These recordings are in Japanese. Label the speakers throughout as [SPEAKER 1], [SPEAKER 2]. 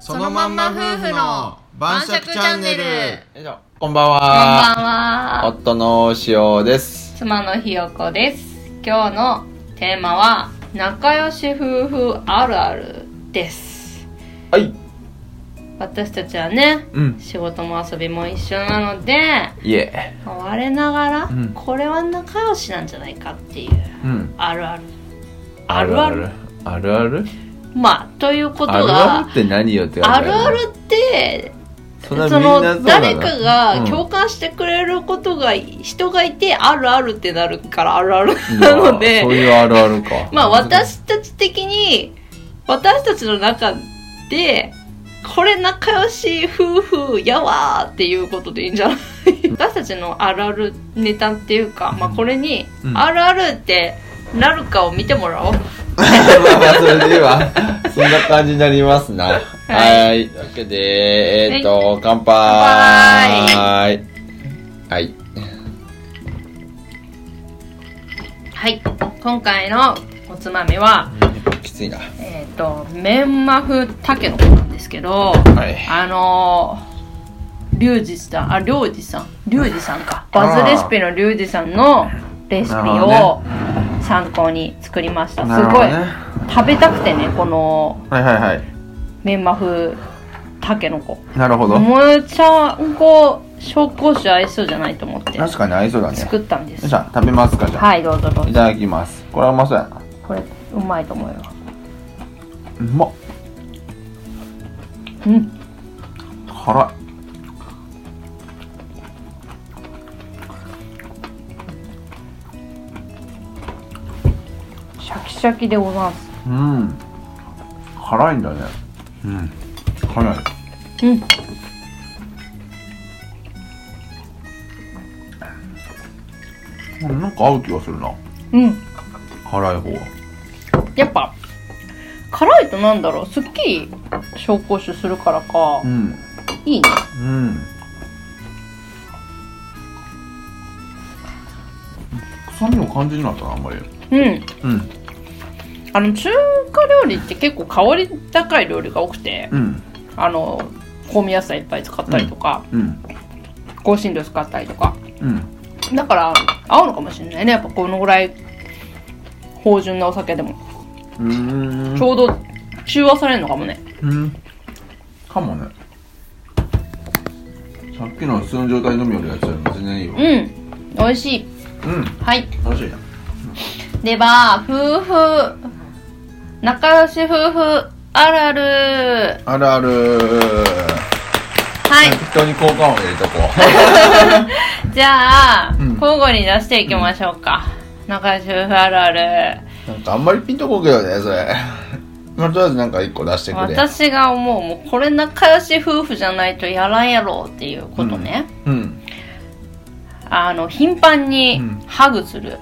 [SPEAKER 1] そのまんま夫婦の晩酌チャンネル
[SPEAKER 2] よいしょこんばんは
[SPEAKER 3] こんばんは。
[SPEAKER 2] 夫の塩です
[SPEAKER 3] 妻のひよこです。今日のテーマは仲良し夫婦あるあるです。
[SPEAKER 2] はい
[SPEAKER 3] 私たちはね、
[SPEAKER 2] うん
[SPEAKER 3] 仕事も遊びも一緒なので、
[SPEAKER 2] いえ
[SPEAKER 3] 我ながら、
[SPEAKER 2] うん
[SPEAKER 3] これは仲良しなんじゃないかっていう
[SPEAKER 2] うん
[SPEAKER 3] あるある。
[SPEAKER 2] あるあるあるある
[SPEAKER 3] まあということ
[SPEAKER 2] ある
[SPEAKER 3] が
[SPEAKER 2] あるって何よって
[SPEAKER 3] あるあ
[SPEAKER 2] っ
[SPEAKER 3] るって。
[SPEAKER 2] て
[SPEAKER 3] そ
[SPEAKER 2] そんなみんな
[SPEAKER 3] の
[SPEAKER 2] そうなの
[SPEAKER 3] 誰かが共感してくれることが、人がいてあるあるってなるからあるある
[SPEAKER 2] うん
[SPEAKER 3] なので
[SPEAKER 2] うわそういうあるあるか
[SPEAKER 3] まあ私たち的に私たちの中でこれ仲良し夫婦やわーっていうことでいいんじゃない 私たちのあるあるネタっていうか、まあ、これに
[SPEAKER 2] うん
[SPEAKER 3] あるあるってなるかを見てもらおう、
[SPEAKER 2] まあまあ それでいいわそんな感じになりますなはいというわけでえっと乾杯
[SPEAKER 3] 乾
[SPEAKER 2] はい
[SPEAKER 3] はい今回のおつまみは、
[SPEAKER 2] きついな
[SPEAKER 3] えっとメンマ風たけのこなんですけど
[SPEAKER 2] はい
[SPEAKER 3] あのー、リュウジさんあリュウジさんリュウジさんかバズレシピのリュウジさんのレシピ
[SPEAKER 2] なるほ
[SPEAKER 3] を
[SPEAKER 2] ど
[SPEAKER 3] 参考に作りました、
[SPEAKER 2] な
[SPEAKER 3] す
[SPEAKER 2] るほ
[SPEAKER 3] ご
[SPEAKER 2] ど
[SPEAKER 3] い、
[SPEAKER 2] ね
[SPEAKER 3] 食べたくてねこの
[SPEAKER 2] はいはいはい
[SPEAKER 3] メンマ風たけのこ
[SPEAKER 2] なるほど
[SPEAKER 3] むちゃんこ紹興酒合いそうじゃないと思って
[SPEAKER 2] 確かに合いそうだね
[SPEAKER 3] 作ったんで
[SPEAKER 2] よっ
[SPEAKER 3] す
[SPEAKER 2] しゃ食べますかじゃあ、
[SPEAKER 3] はいどうぞどう
[SPEAKER 2] い、
[SPEAKER 3] ぞ
[SPEAKER 2] ただきますこれはうまそうやな
[SPEAKER 3] これうまいと思うよ
[SPEAKER 2] うまっ
[SPEAKER 3] うん
[SPEAKER 2] 辛
[SPEAKER 3] シャキシャキでございます
[SPEAKER 2] いうん辛いんだねうん辛い
[SPEAKER 3] うん
[SPEAKER 2] うんなんか合う気がするな
[SPEAKER 3] うん
[SPEAKER 2] 辛い方が
[SPEAKER 3] やっぱ辛いとなんだろうすっきり紹興酒するからか、
[SPEAKER 2] ん
[SPEAKER 3] いいね
[SPEAKER 2] うん臭みを感じなかったなあんまり
[SPEAKER 3] うん
[SPEAKER 2] うん
[SPEAKER 3] あの中華料理って結構香り高い料理が多くて
[SPEAKER 2] うん
[SPEAKER 3] あの香味野菜いっぱい使ったりとか、
[SPEAKER 2] うん
[SPEAKER 3] 香辛料使ったりとか
[SPEAKER 2] うん
[SPEAKER 3] だから合うのかもしれないねやっぱこのぐらい芳醇なお酒でも、
[SPEAKER 2] うーん
[SPEAKER 3] ちょうど中和されるのかもね
[SPEAKER 2] うんかもねさっきの普通の状態のみよりやつよりも全然いい
[SPEAKER 3] う
[SPEAKER 2] よ
[SPEAKER 3] ん美味しい
[SPEAKER 2] うん
[SPEAKER 3] はい
[SPEAKER 2] 楽しいな
[SPEAKER 3] では夫婦仲良し夫婦あるある
[SPEAKER 2] あるある
[SPEAKER 3] はい
[SPEAKER 2] 人に交換を入れとこ
[SPEAKER 3] じゃあ、
[SPEAKER 2] うん
[SPEAKER 3] 交互に出していきましょうか、仲良し夫婦あるある
[SPEAKER 2] うなんかあんまりピンとこんけどねそれまあとりあえずなんか一個出してくれ
[SPEAKER 3] 私が思うもうこれ仲良し夫婦じゃないとやらんやろうっていうことね、
[SPEAKER 2] うん
[SPEAKER 3] あの頻繁に
[SPEAKER 2] うん
[SPEAKER 3] ハグする、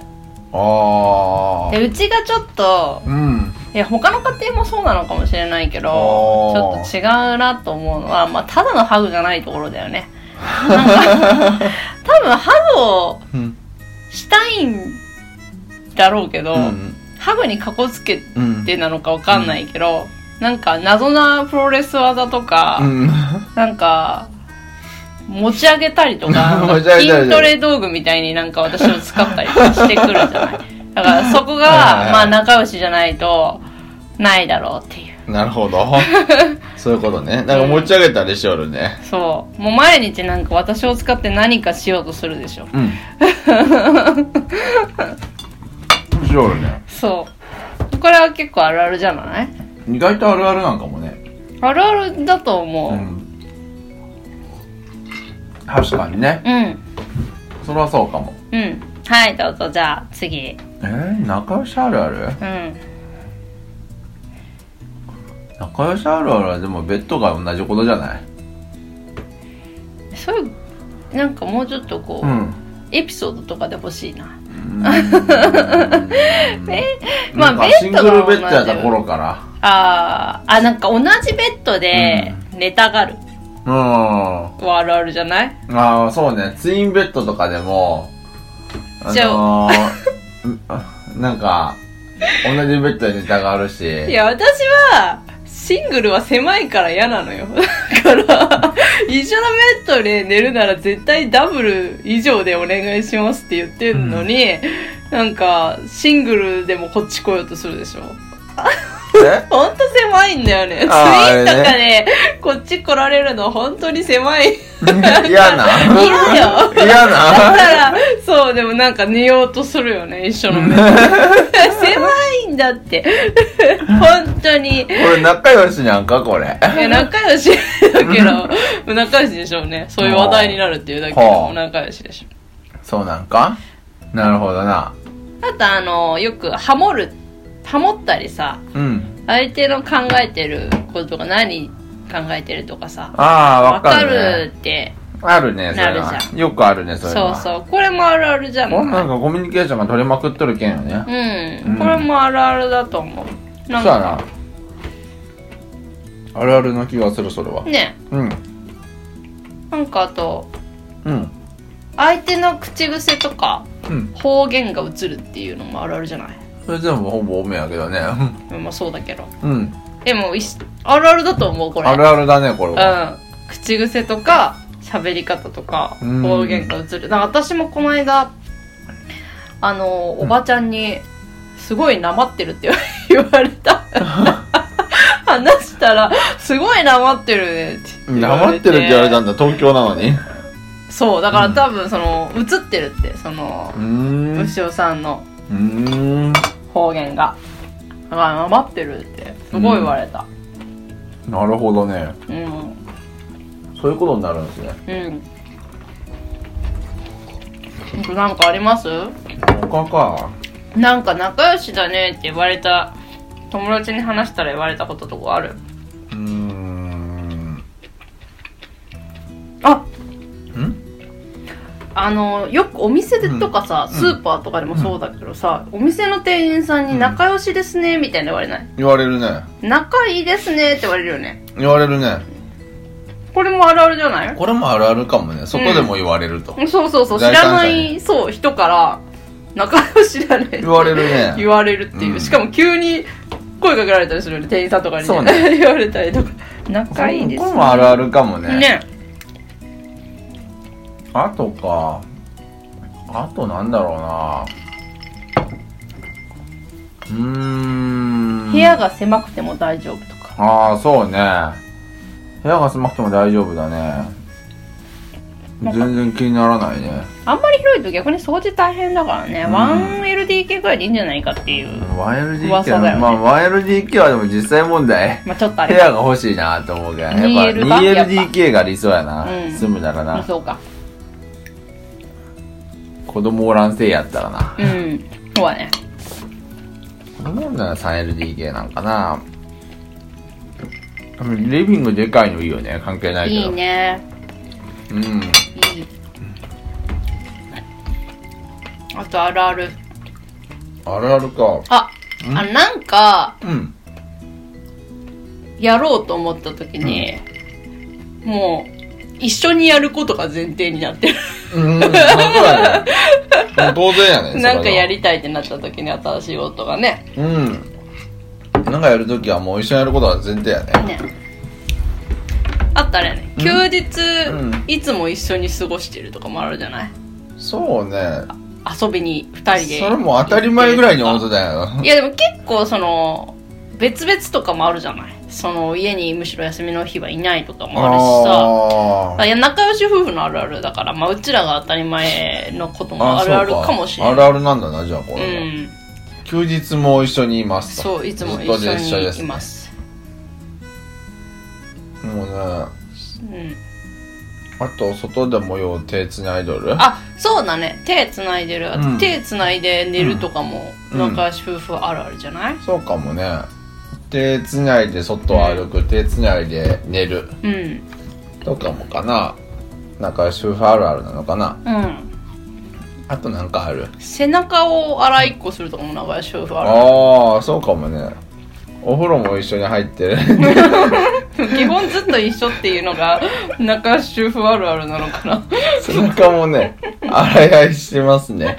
[SPEAKER 2] ああ
[SPEAKER 3] でうちがちょっと
[SPEAKER 2] うん
[SPEAKER 3] いや他の家庭もそうなのかもしれないけどち
[SPEAKER 2] おー
[SPEAKER 3] ょっと違うなと思うのは、まあ、ただのハグじゃないところだよ ねなんか多分ハグを
[SPEAKER 2] うん
[SPEAKER 3] したいんだろうけど、
[SPEAKER 2] うん
[SPEAKER 3] ハグにかこつけて
[SPEAKER 2] うん
[SPEAKER 3] ってなのかわかんないけど、なんか謎なプロレス技とか、
[SPEAKER 2] うん
[SPEAKER 3] なんか持ち上げたりと
[SPEAKER 2] 持
[SPEAKER 3] か
[SPEAKER 2] ち上げたり
[SPEAKER 3] 筋トレ道具みたいになんか私を使ったりとかしてくるじゃないだからそこが
[SPEAKER 2] はいはいはい
[SPEAKER 3] まあ仲良しじゃないとないだろうっていう
[SPEAKER 2] なるほ どそういうことねなんか持ち上げたりしよるね
[SPEAKER 3] そうもう毎日なんか私を使って何かしようとするでしょ
[SPEAKER 2] うんしよるね
[SPEAKER 3] そうこれは結構あるあるじゃない
[SPEAKER 2] 意外とあるあるなんかもね
[SPEAKER 3] あるあるだと思う
[SPEAKER 2] う
[SPEAKER 3] うん
[SPEAKER 2] ん確かにね
[SPEAKER 3] うん、
[SPEAKER 2] それはそうかも
[SPEAKER 3] うん、はいどうぞじゃあ次
[SPEAKER 2] えー、仲良しあるある
[SPEAKER 3] うん
[SPEAKER 2] 仲良しあるあるはでもベッドが同じことじゃない
[SPEAKER 3] そういうなんかもうちょっとこう、
[SPEAKER 2] ん
[SPEAKER 3] エピソードとかで欲しいな ま
[SPEAKER 2] まあ
[SPEAKER 3] あ
[SPEAKER 2] ベッドシングルベッドやった頃から
[SPEAKER 3] あーあなんか同じベッドで寝たがる
[SPEAKER 2] うんあ
[SPEAKER 3] はあるあるじゃない
[SPEAKER 2] あそうねツインベッドとかでもあ
[SPEAKER 3] じゃ
[SPEAKER 2] のーうんなんか同じベッドで寝たがあるし
[SPEAKER 3] いや私はシングルは狭いから嫌なのよ。 だから、一緒のベッドで寝るなら絶対ダブル以上でお願いしますって言ってんのに、なんか、シングルでもこっち来ようとするでしょ。
[SPEAKER 2] え
[SPEAKER 3] ほんと狭いんだよね。ツインと
[SPEAKER 2] あー
[SPEAKER 3] か
[SPEAKER 2] あ
[SPEAKER 3] で、こっち来られるの本当に狭 い。
[SPEAKER 2] 嫌な
[SPEAKER 3] 嫌よ。
[SPEAKER 2] 嫌
[SPEAKER 3] だか
[SPEAKER 2] な
[SPEAKER 3] ら、そう、でもなんか寝ようとするよね、一緒 のベッドで狭いんだって。本当に。
[SPEAKER 2] これ仲良しなんかこれ。
[SPEAKER 3] いや仲良しだけど、仲良しでしょうね。そういう話題になるっていうだけで
[SPEAKER 2] は
[SPEAKER 3] も
[SPEAKER 2] あ
[SPEAKER 3] 仲良しでしょ。
[SPEAKER 2] そうなんかなるほどな。
[SPEAKER 3] あとあの、よくハモる、ハモったりさ、
[SPEAKER 2] うん。
[SPEAKER 3] 相手の考えてることとか何考えてるとかさ、
[SPEAKER 2] ああ、わ
[SPEAKER 3] わ
[SPEAKER 2] か
[SPEAKER 3] か
[SPEAKER 2] る、ね。
[SPEAKER 3] るって。
[SPEAKER 2] あるね、それ
[SPEAKER 3] な
[SPEAKER 2] は
[SPEAKER 3] るじ。
[SPEAKER 2] よくあるね、それ
[SPEAKER 3] そ
[SPEAKER 2] は。
[SPEAKER 3] うそう。これもあるあるじゃ
[SPEAKER 2] もうなん
[SPEAKER 3] ない
[SPEAKER 2] かコミュニケーションが取れまくっとるけんよね。
[SPEAKER 3] う
[SPEAKER 2] うん
[SPEAKER 3] ん。これもあるあるだと思う。
[SPEAKER 2] そ
[SPEAKER 3] な
[SPEAKER 2] うんや
[SPEAKER 3] か、
[SPEAKER 2] な。あるあるな気がする、それは。
[SPEAKER 3] ね。
[SPEAKER 2] うん。
[SPEAKER 3] なんかあと、
[SPEAKER 2] うん。
[SPEAKER 3] 相手の口癖とか
[SPEAKER 2] うん。
[SPEAKER 3] 方言が映るっていうのもあるあるじゃない
[SPEAKER 2] それでもほぼおめやけどね。
[SPEAKER 3] まあそうだけど。
[SPEAKER 2] うん。
[SPEAKER 3] でもいしあるあるだと思うこれ
[SPEAKER 2] あるあるだね、これは。
[SPEAKER 3] うん、口癖とか喋り方とか
[SPEAKER 2] うん
[SPEAKER 3] 方言が映るなんか私もこの間あのおばちゃんに「すごいなまってる」って言われ た話したら「すごいなまってるね」って言わ
[SPEAKER 2] 黙
[SPEAKER 3] れ
[SPEAKER 2] ってるって言われた
[SPEAKER 3] て
[SPEAKER 2] んだ、東京なのに。う
[SPEAKER 3] そうだから多分その映ってるってその
[SPEAKER 2] ーん。う
[SPEAKER 3] 牛尾さんの
[SPEAKER 2] ーん。
[SPEAKER 3] 方言が「だからなまってる」ってすごい言われた
[SPEAKER 2] なるほどね。
[SPEAKER 3] うん
[SPEAKER 2] そういうことになるんですね。
[SPEAKER 3] うん。なんかあります
[SPEAKER 2] 他か。
[SPEAKER 3] なんか仲良しだねって言われた、友達に話したら言われたこととかある
[SPEAKER 2] うーん。
[SPEAKER 3] あ
[SPEAKER 2] ん
[SPEAKER 3] あの、よくお店でとかさ、
[SPEAKER 2] うん
[SPEAKER 3] スーパーとかでもそうだけどさ、お店の店員さんに仲良しですね、みたいな言われない。
[SPEAKER 2] 言われるね。
[SPEAKER 3] 仲いいですねって言われるよね。
[SPEAKER 2] 言われるね。
[SPEAKER 3] これもあるあるじゃない
[SPEAKER 2] これもあるあるかもね。そこでも言われると。
[SPEAKER 3] そうそうそう、知
[SPEAKER 2] 第
[SPEAKER 3] ら
[SPEAKER 2] 三者
[SPEAKER 3] な
[SPEAKER 2] に
[SPEAKER 3] い、そう、人から、仲良しだねって
[SPEAKER 2] 言われるね。
[SPEAKER 3] 言われるっていう、
[SPEAKER 2] うん
[SPEAKER 3] しかも急に声かけられたりするよね店員さんとかに、
[SPEAKER 2] そう
[SPEAKER 3] ね、 言われたりとか仲いいです
[SPEAKER 2] これもあるあるかもね。
[SPEAKER 3] ね
[SPEAKER 2] あとか。あとなんだろうな。うーん。
[SPEAKER 3] 部屋が狭くても大丈夫とか
[SPEAKER 2] ああ、そうね。部屋が狭くても大丈夫だね。
[SPEAKER 3] なんか
[SPEAKER 2] 全然気にならないね。
[SPEAKER 3] あんまり広いと逆に掃除大変だからね、
[SPEAKER 2] うん
[SPEAKER 3] 1LDK ぐらいでいいんじゃないかっていう、噂
[SPEAKER 2] 1LDK、
[SPEAKER 3] だよね
[SPEAKER 2] まあ 1LDK はでも実際 問題。
[SPEAKER 3] まあ、ちょっとあ
[SPEAKER 2] 部
[SPEAKER 3] れ
[SPEAKER 2] 屋が欲しいなと思うけどね。やっ
[SPEAKER 3] 2L
[SPEAKER 2] ぱ
[SPEAKER 3] か
[SPEAKER 2] 2LDK が理想やな。
[SPEAKER 3] うん
[SPEAKER 2] 住むならな。
[SPEAKER 3] そうか
[SPEAKER 2] 子供おらんせいやったらな。
[SPEAKER 3] うんそうだね
[SPEAKER 2] 子供おんなら 3LDK なんかな。リビングでかいのいいよね。関係ないけど。
[SPEAKER 3] いいね
[SPEAKER 2] うん。
[SPEAKER 3] いいあとあるある
[SPEAKER 2] あるあるか。
[SPEAKER 3] あ
[SPEAKER 2] ん
[SPEAKER 3] あなんか
[SPEAKER 2] うん。
[SPEAKER 3] やろうと思った時に、もう一緒にやることが前提になってる
[SPEAKER 2] うん。そうだねもう当然やね。それは
[SPEAKER 3] なんかやりたいってなった時に新しいことがね
[SPEAKER 2] うん。なんかやるときはもう一緒にやることは前提やね。
[SPEAKER 3] ねあったらね休日、
[SPEAKER 2] うん
[SPEAKER 3] いつも一緒に過ごしてるとかもあるじゃない
[SPEAKER 2] そうね。
[SPEAKER 3] 遊びに2人で
[SPEAKER 2] それも当たり前ぐらいに思って
[SPEAKER 3] と
[SPEAKER 2] たよ。
[SPEAKER 3] いやでも結構その別々とかもあるじゃないその家にむしろ休みの日はいないとかもあるしさ
[SPEAKER 2] あー
[SPEAKER 3] あいや仲良し夫婦のあるあるだから、まあ、うちらが当たり前のことも
[SPEAKER 2] あ
[SPEAKER 3] あるある
[SPEAKER 2] そう
[SPEAKER 3] かもしれない
[SPEAKER 2] あるあるなんだな、じゃあこ
[SPEAKER 3] う
[SPEAKER 2] れは、
[SPEAKER 3] ん
[SPEAKER 2] 休日も一緒にいますと。
[SPEAKER 3] そういつも一
[SPEAKER 2] ずっと
[SPEAKER 3] 緒に
[SPEAKER 2] す
[SPEAKER 3] います
[SPEAKER 2] もうね、あ
[SPEAKER 3] うん、
[SPEAKER 2] と外で模様手つないどる。
[SPEAKER 3] あそうだね手つないでる、
[SPEAKER 2] うん
[SPEAKER 3] 手つないで寝るとかも
[SPEAKER 2] うん
[SPEAKER 3] 仲良し夫婦あるあるじゃない
[SPEAKER 2] そうかもね。手つないで外を歩く、手つないで寝る
[SPEAKER 3] うん
[SPEAKER 2] とかもかな。仲良し夫婦あるあるなのかな。
[SPEAKER 3] うん、
[SPEAKER 2] あとなんかある。
[SPEAKER 3] 背中を洗いっこするとかも仲良し夫婦ある
[SPEAKER 2] ああ、そうかもね。お風呂も一緒に入って る。
[SPEAKER 3] 基本ずっと一緒っていうのが 仲良し夫婦あるあるなのかな
[SPEAKER 2] 背中もね、洗い合いしてますね。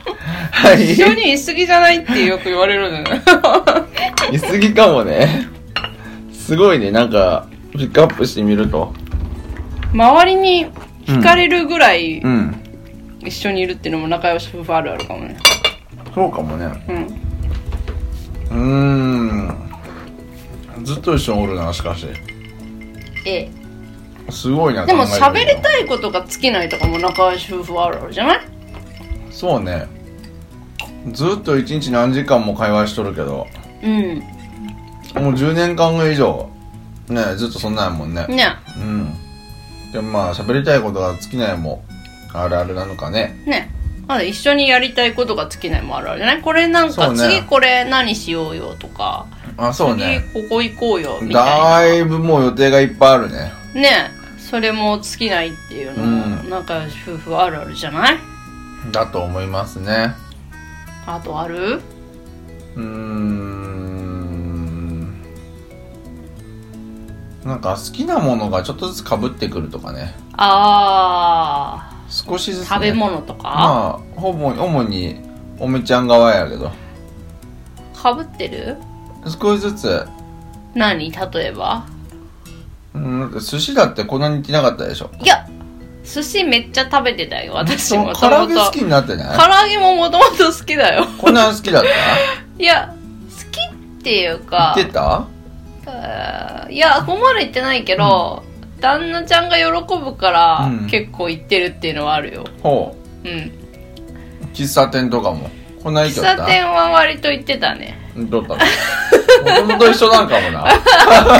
[SPEAKER 2] は
[SPEAKER 3] 一緒
[SPEAKER 2] い。
[SPEAKER 3] にいすぎじゃないってよく言われるじゃない
[SPEAKER 2] いすぎかもね。すごいね、なんか、ピックアップしてみると。
[SPEAKER 3] 周りに惹かれるぐらい
[SPEAKER 2] うん。
[SPEAKER 3] 一緒にいるっていうのも仲良し夫婦あるあるかもね
[SPEAKER 2] そうかもね。
[SPEAKER 3] うん
[SPEAKER 2] うーん。ずっと一緒におるな、しかし。
[SPEAKER 3] え
[SPEAKER 2] すごいな、
[SPEAKER 3] でも
[SPEAKER 2] 考えてみ
[SPEAKER 3] 喋
[SPEAKER 2] れ
[SPEAKER 3] り
[SPEAKER 2] ば
[SPEAKER 3] たいことが尽きないとかも仲良し夫婦あるあるじゃない
[SPEAKER 2] そうね。ずっと一日何時間も会話しとるけど、
[SPEAKER 3] うん
[SPEAKER 2] もう10年間以上、ね、ずっとそんなんやもんね。
[SPEAKER 3] ね
[SPEAKER 2] うん。でもまあ、喋りたいことが尽きないも、あるあるなのかね。
[SPEAKER 3] ねまだ一緒にやりたいことが尽きないもあるあるじゃないこれなん
[SPEAKER 2] そ
[SPEAKER 3] か
[SPEAKER 2] うね
[SPEAKER 3] 次これ何しようよとか、
[SPEAKER 2] あ、そうね。
[SPEAKER 3] 次ここ行こうよみた
[SPEAKER 2] だ
[SPEAKER 3] い
[SPEAKER 2] いぶもう予定がいっぱいあるね。
[SPEAKER 3] なねそれも尽きないっていうのも
[SPEAKER 2] うん
[SPEAKER 3] 仲良し夫婦あるあるじゃない
[SPEAKER 2] だと思いますね。
[SPEAKER 3] あとある
[SPEAKER 2] うーん。なんか好きなものがちょっとずつ被ってくるとかね。
[SPEAKER 3] あ
[SPEAKER 2] 少しずつ、
[SPEAKER 3] ー
[SPEAKER 2] ね。
[SPEAKER 3] 食べ物とか、
[SPEAKER 2] まあ、ほぼ、主に、おめちゃん側やけど。
[SPEAKER 3] かぶってる
[SPEAKER 2] 少しずつ、
[SPEAKER 3] 何例えば
[SPEAKER 2] うん、だって寿司だってこんなに似てなかったでしょ。
[SPEAKER 3] いや寿司めっちゃ食べてたよ私
[SPEAKER 2] そう
[SPEAKER 3] も
[SPEAKER 2] 唐揚げ好き
[SPEAKER 3] 唐
[SPEAKER 2] になってな
[SPEAKER 3] 揚
[SPEAKER 2] い
[SPEAKER 3] げももともと好きだよ
[SPEAKER 2] こんなに好 きだっ
[SPEAKER 3] いや好きっていうか
[SPEAKER 2] た言ってた
[SPEAKER 3] えーいやここまで行ってないけど、旦那ちゃんが喜ぶから、
[SPEAKER 2] うん
[SPEAKER 3] 結構行ってるっていうのはあるよ
[SPEAKER 2] ほ
[SPEAKER 3] うん
[SPEAKER 2] う。喫茶店とかも。こんなに行
[SPEAKER 3] 喫
[SPEAKER 2] っと
[SPEAKER 3] 茶
[SPEAKER 2] った
[SPEAKER 3] 店は割と行ってた ね
[SPEAKER 2] 行っとったの。もともと一緒なんかもな。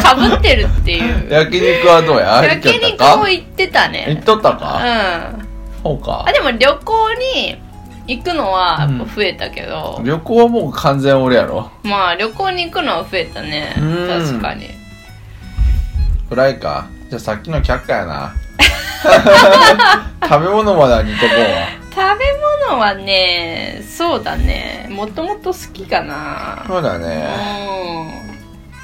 [SPEAKER 3] かぶってるっていう
[SPEAKER 2] 焼肉はどうや
[SPEAKER 3] 焼
[SPEAKER 2] 行っとった
[SPEAKER 3] 肉
[SPEAKER 2] か
[SPEAKER 3] も行ってた
[SPEAKER 2] 行っ
[SPEAKER 3] ね
[SPEAKER 2] とった
[SPEAKER 3] うん
[SPEAKER 2] か
[SPEAKER 3] あ
[SPEAKER 2] そうか。
[SPEAKER 3] でも旅行に行くのはやっぱ増えたけど、
[SPEAKER 2] 旅行はもう完全俺やろ。
[SPEAKER 3] まあ旅行に行くのは増えたね
[SPEAKER 2] うん
[SPEAKER 3] 確かに
[SPEAKER 2] 暗いか。じゃあさっきの却下や な。食べ物までは似とこうわ。
[SPEAKER 3] 食べ物はねそうだねもともと好きかな
[SPEAKER 2] そうだ
[SPEAKER 3] う
[SPEAKER 2] ね。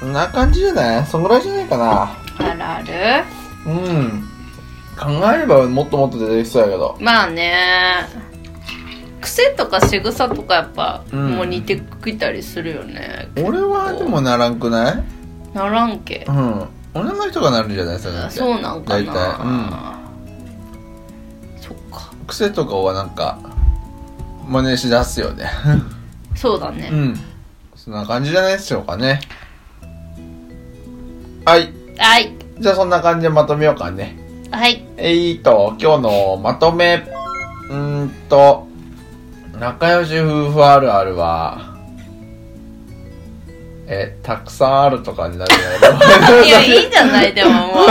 [SPEAKER 3] ん
[SPEAKER 2] こんな感じじゃないそんぐらいじゃないかな。
[SPEAKER 3] あるある
[SPEAKER 2] うん。考えればもっともっと出てきそうやけど。
[SPEAKER 3] まあね癖とか仕草とかやっぱ、
[SPEAKER 2] うん
[SPEAKER 3] もう似てきたりするよね
[SPEAKER 2] 俺はでもならんくない
[SPEAKER 3] ならんけ
[SPEAKER 2] うん。女の人がなるんじゃないそれって
[SPEAKER 3] そうなんか
[SPEAKER 2] 大体。
[SPEAKER 3] な、そっか
[SPEAKER 2] うん。癖とかはなんか、真似しだすよね。
[SPEAKER 3] そうだね
[SPEAKER 2] う、ん。そんな感じじゃないでしょうかね。はい。
[SPEAKER 3] はい
[SPEAKER 2] じゃあそんな感じでまとめようかね。
[SPEAKER 3] はい
[SPEAKER 2] えーと、今日のまとめ。うーんと、仲良し夫婦あるあるは、え、たくさんあるとかになる
[SPEAKER 3] いやいいじゃないでもも う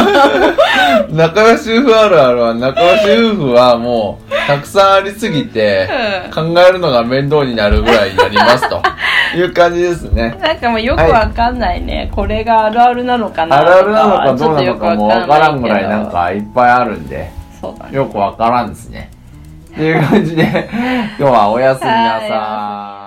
[SPEAKER 2] けど、 仲良し夫婦あるあるは、仲良し夫婦はもう、たくさんありすぎて、考えるのが面倒になるぐらいになりますという感じですね。
[SPEAKER 3] なんかもうよくわかんないね、これがあるあるなのかな
[SPEAKER 2] あ
[SPEAKER 3] と
[SPEAKER 2] る
[SPEAKER 3] か
[SPEAKER 2] あるなのかどうなのかもわからんぐらいなん
[SPEAKER 3] か
[SPEAKER 2] かいっぱいあるんで、
[SPEAKER 3] そうだね
[SPEAKER 2] よくわからんですね。っていう感じで、今日はおやすみなさ
[SPEAKER 3] はいおやすみなさ
[SPEAKER 2] ーい。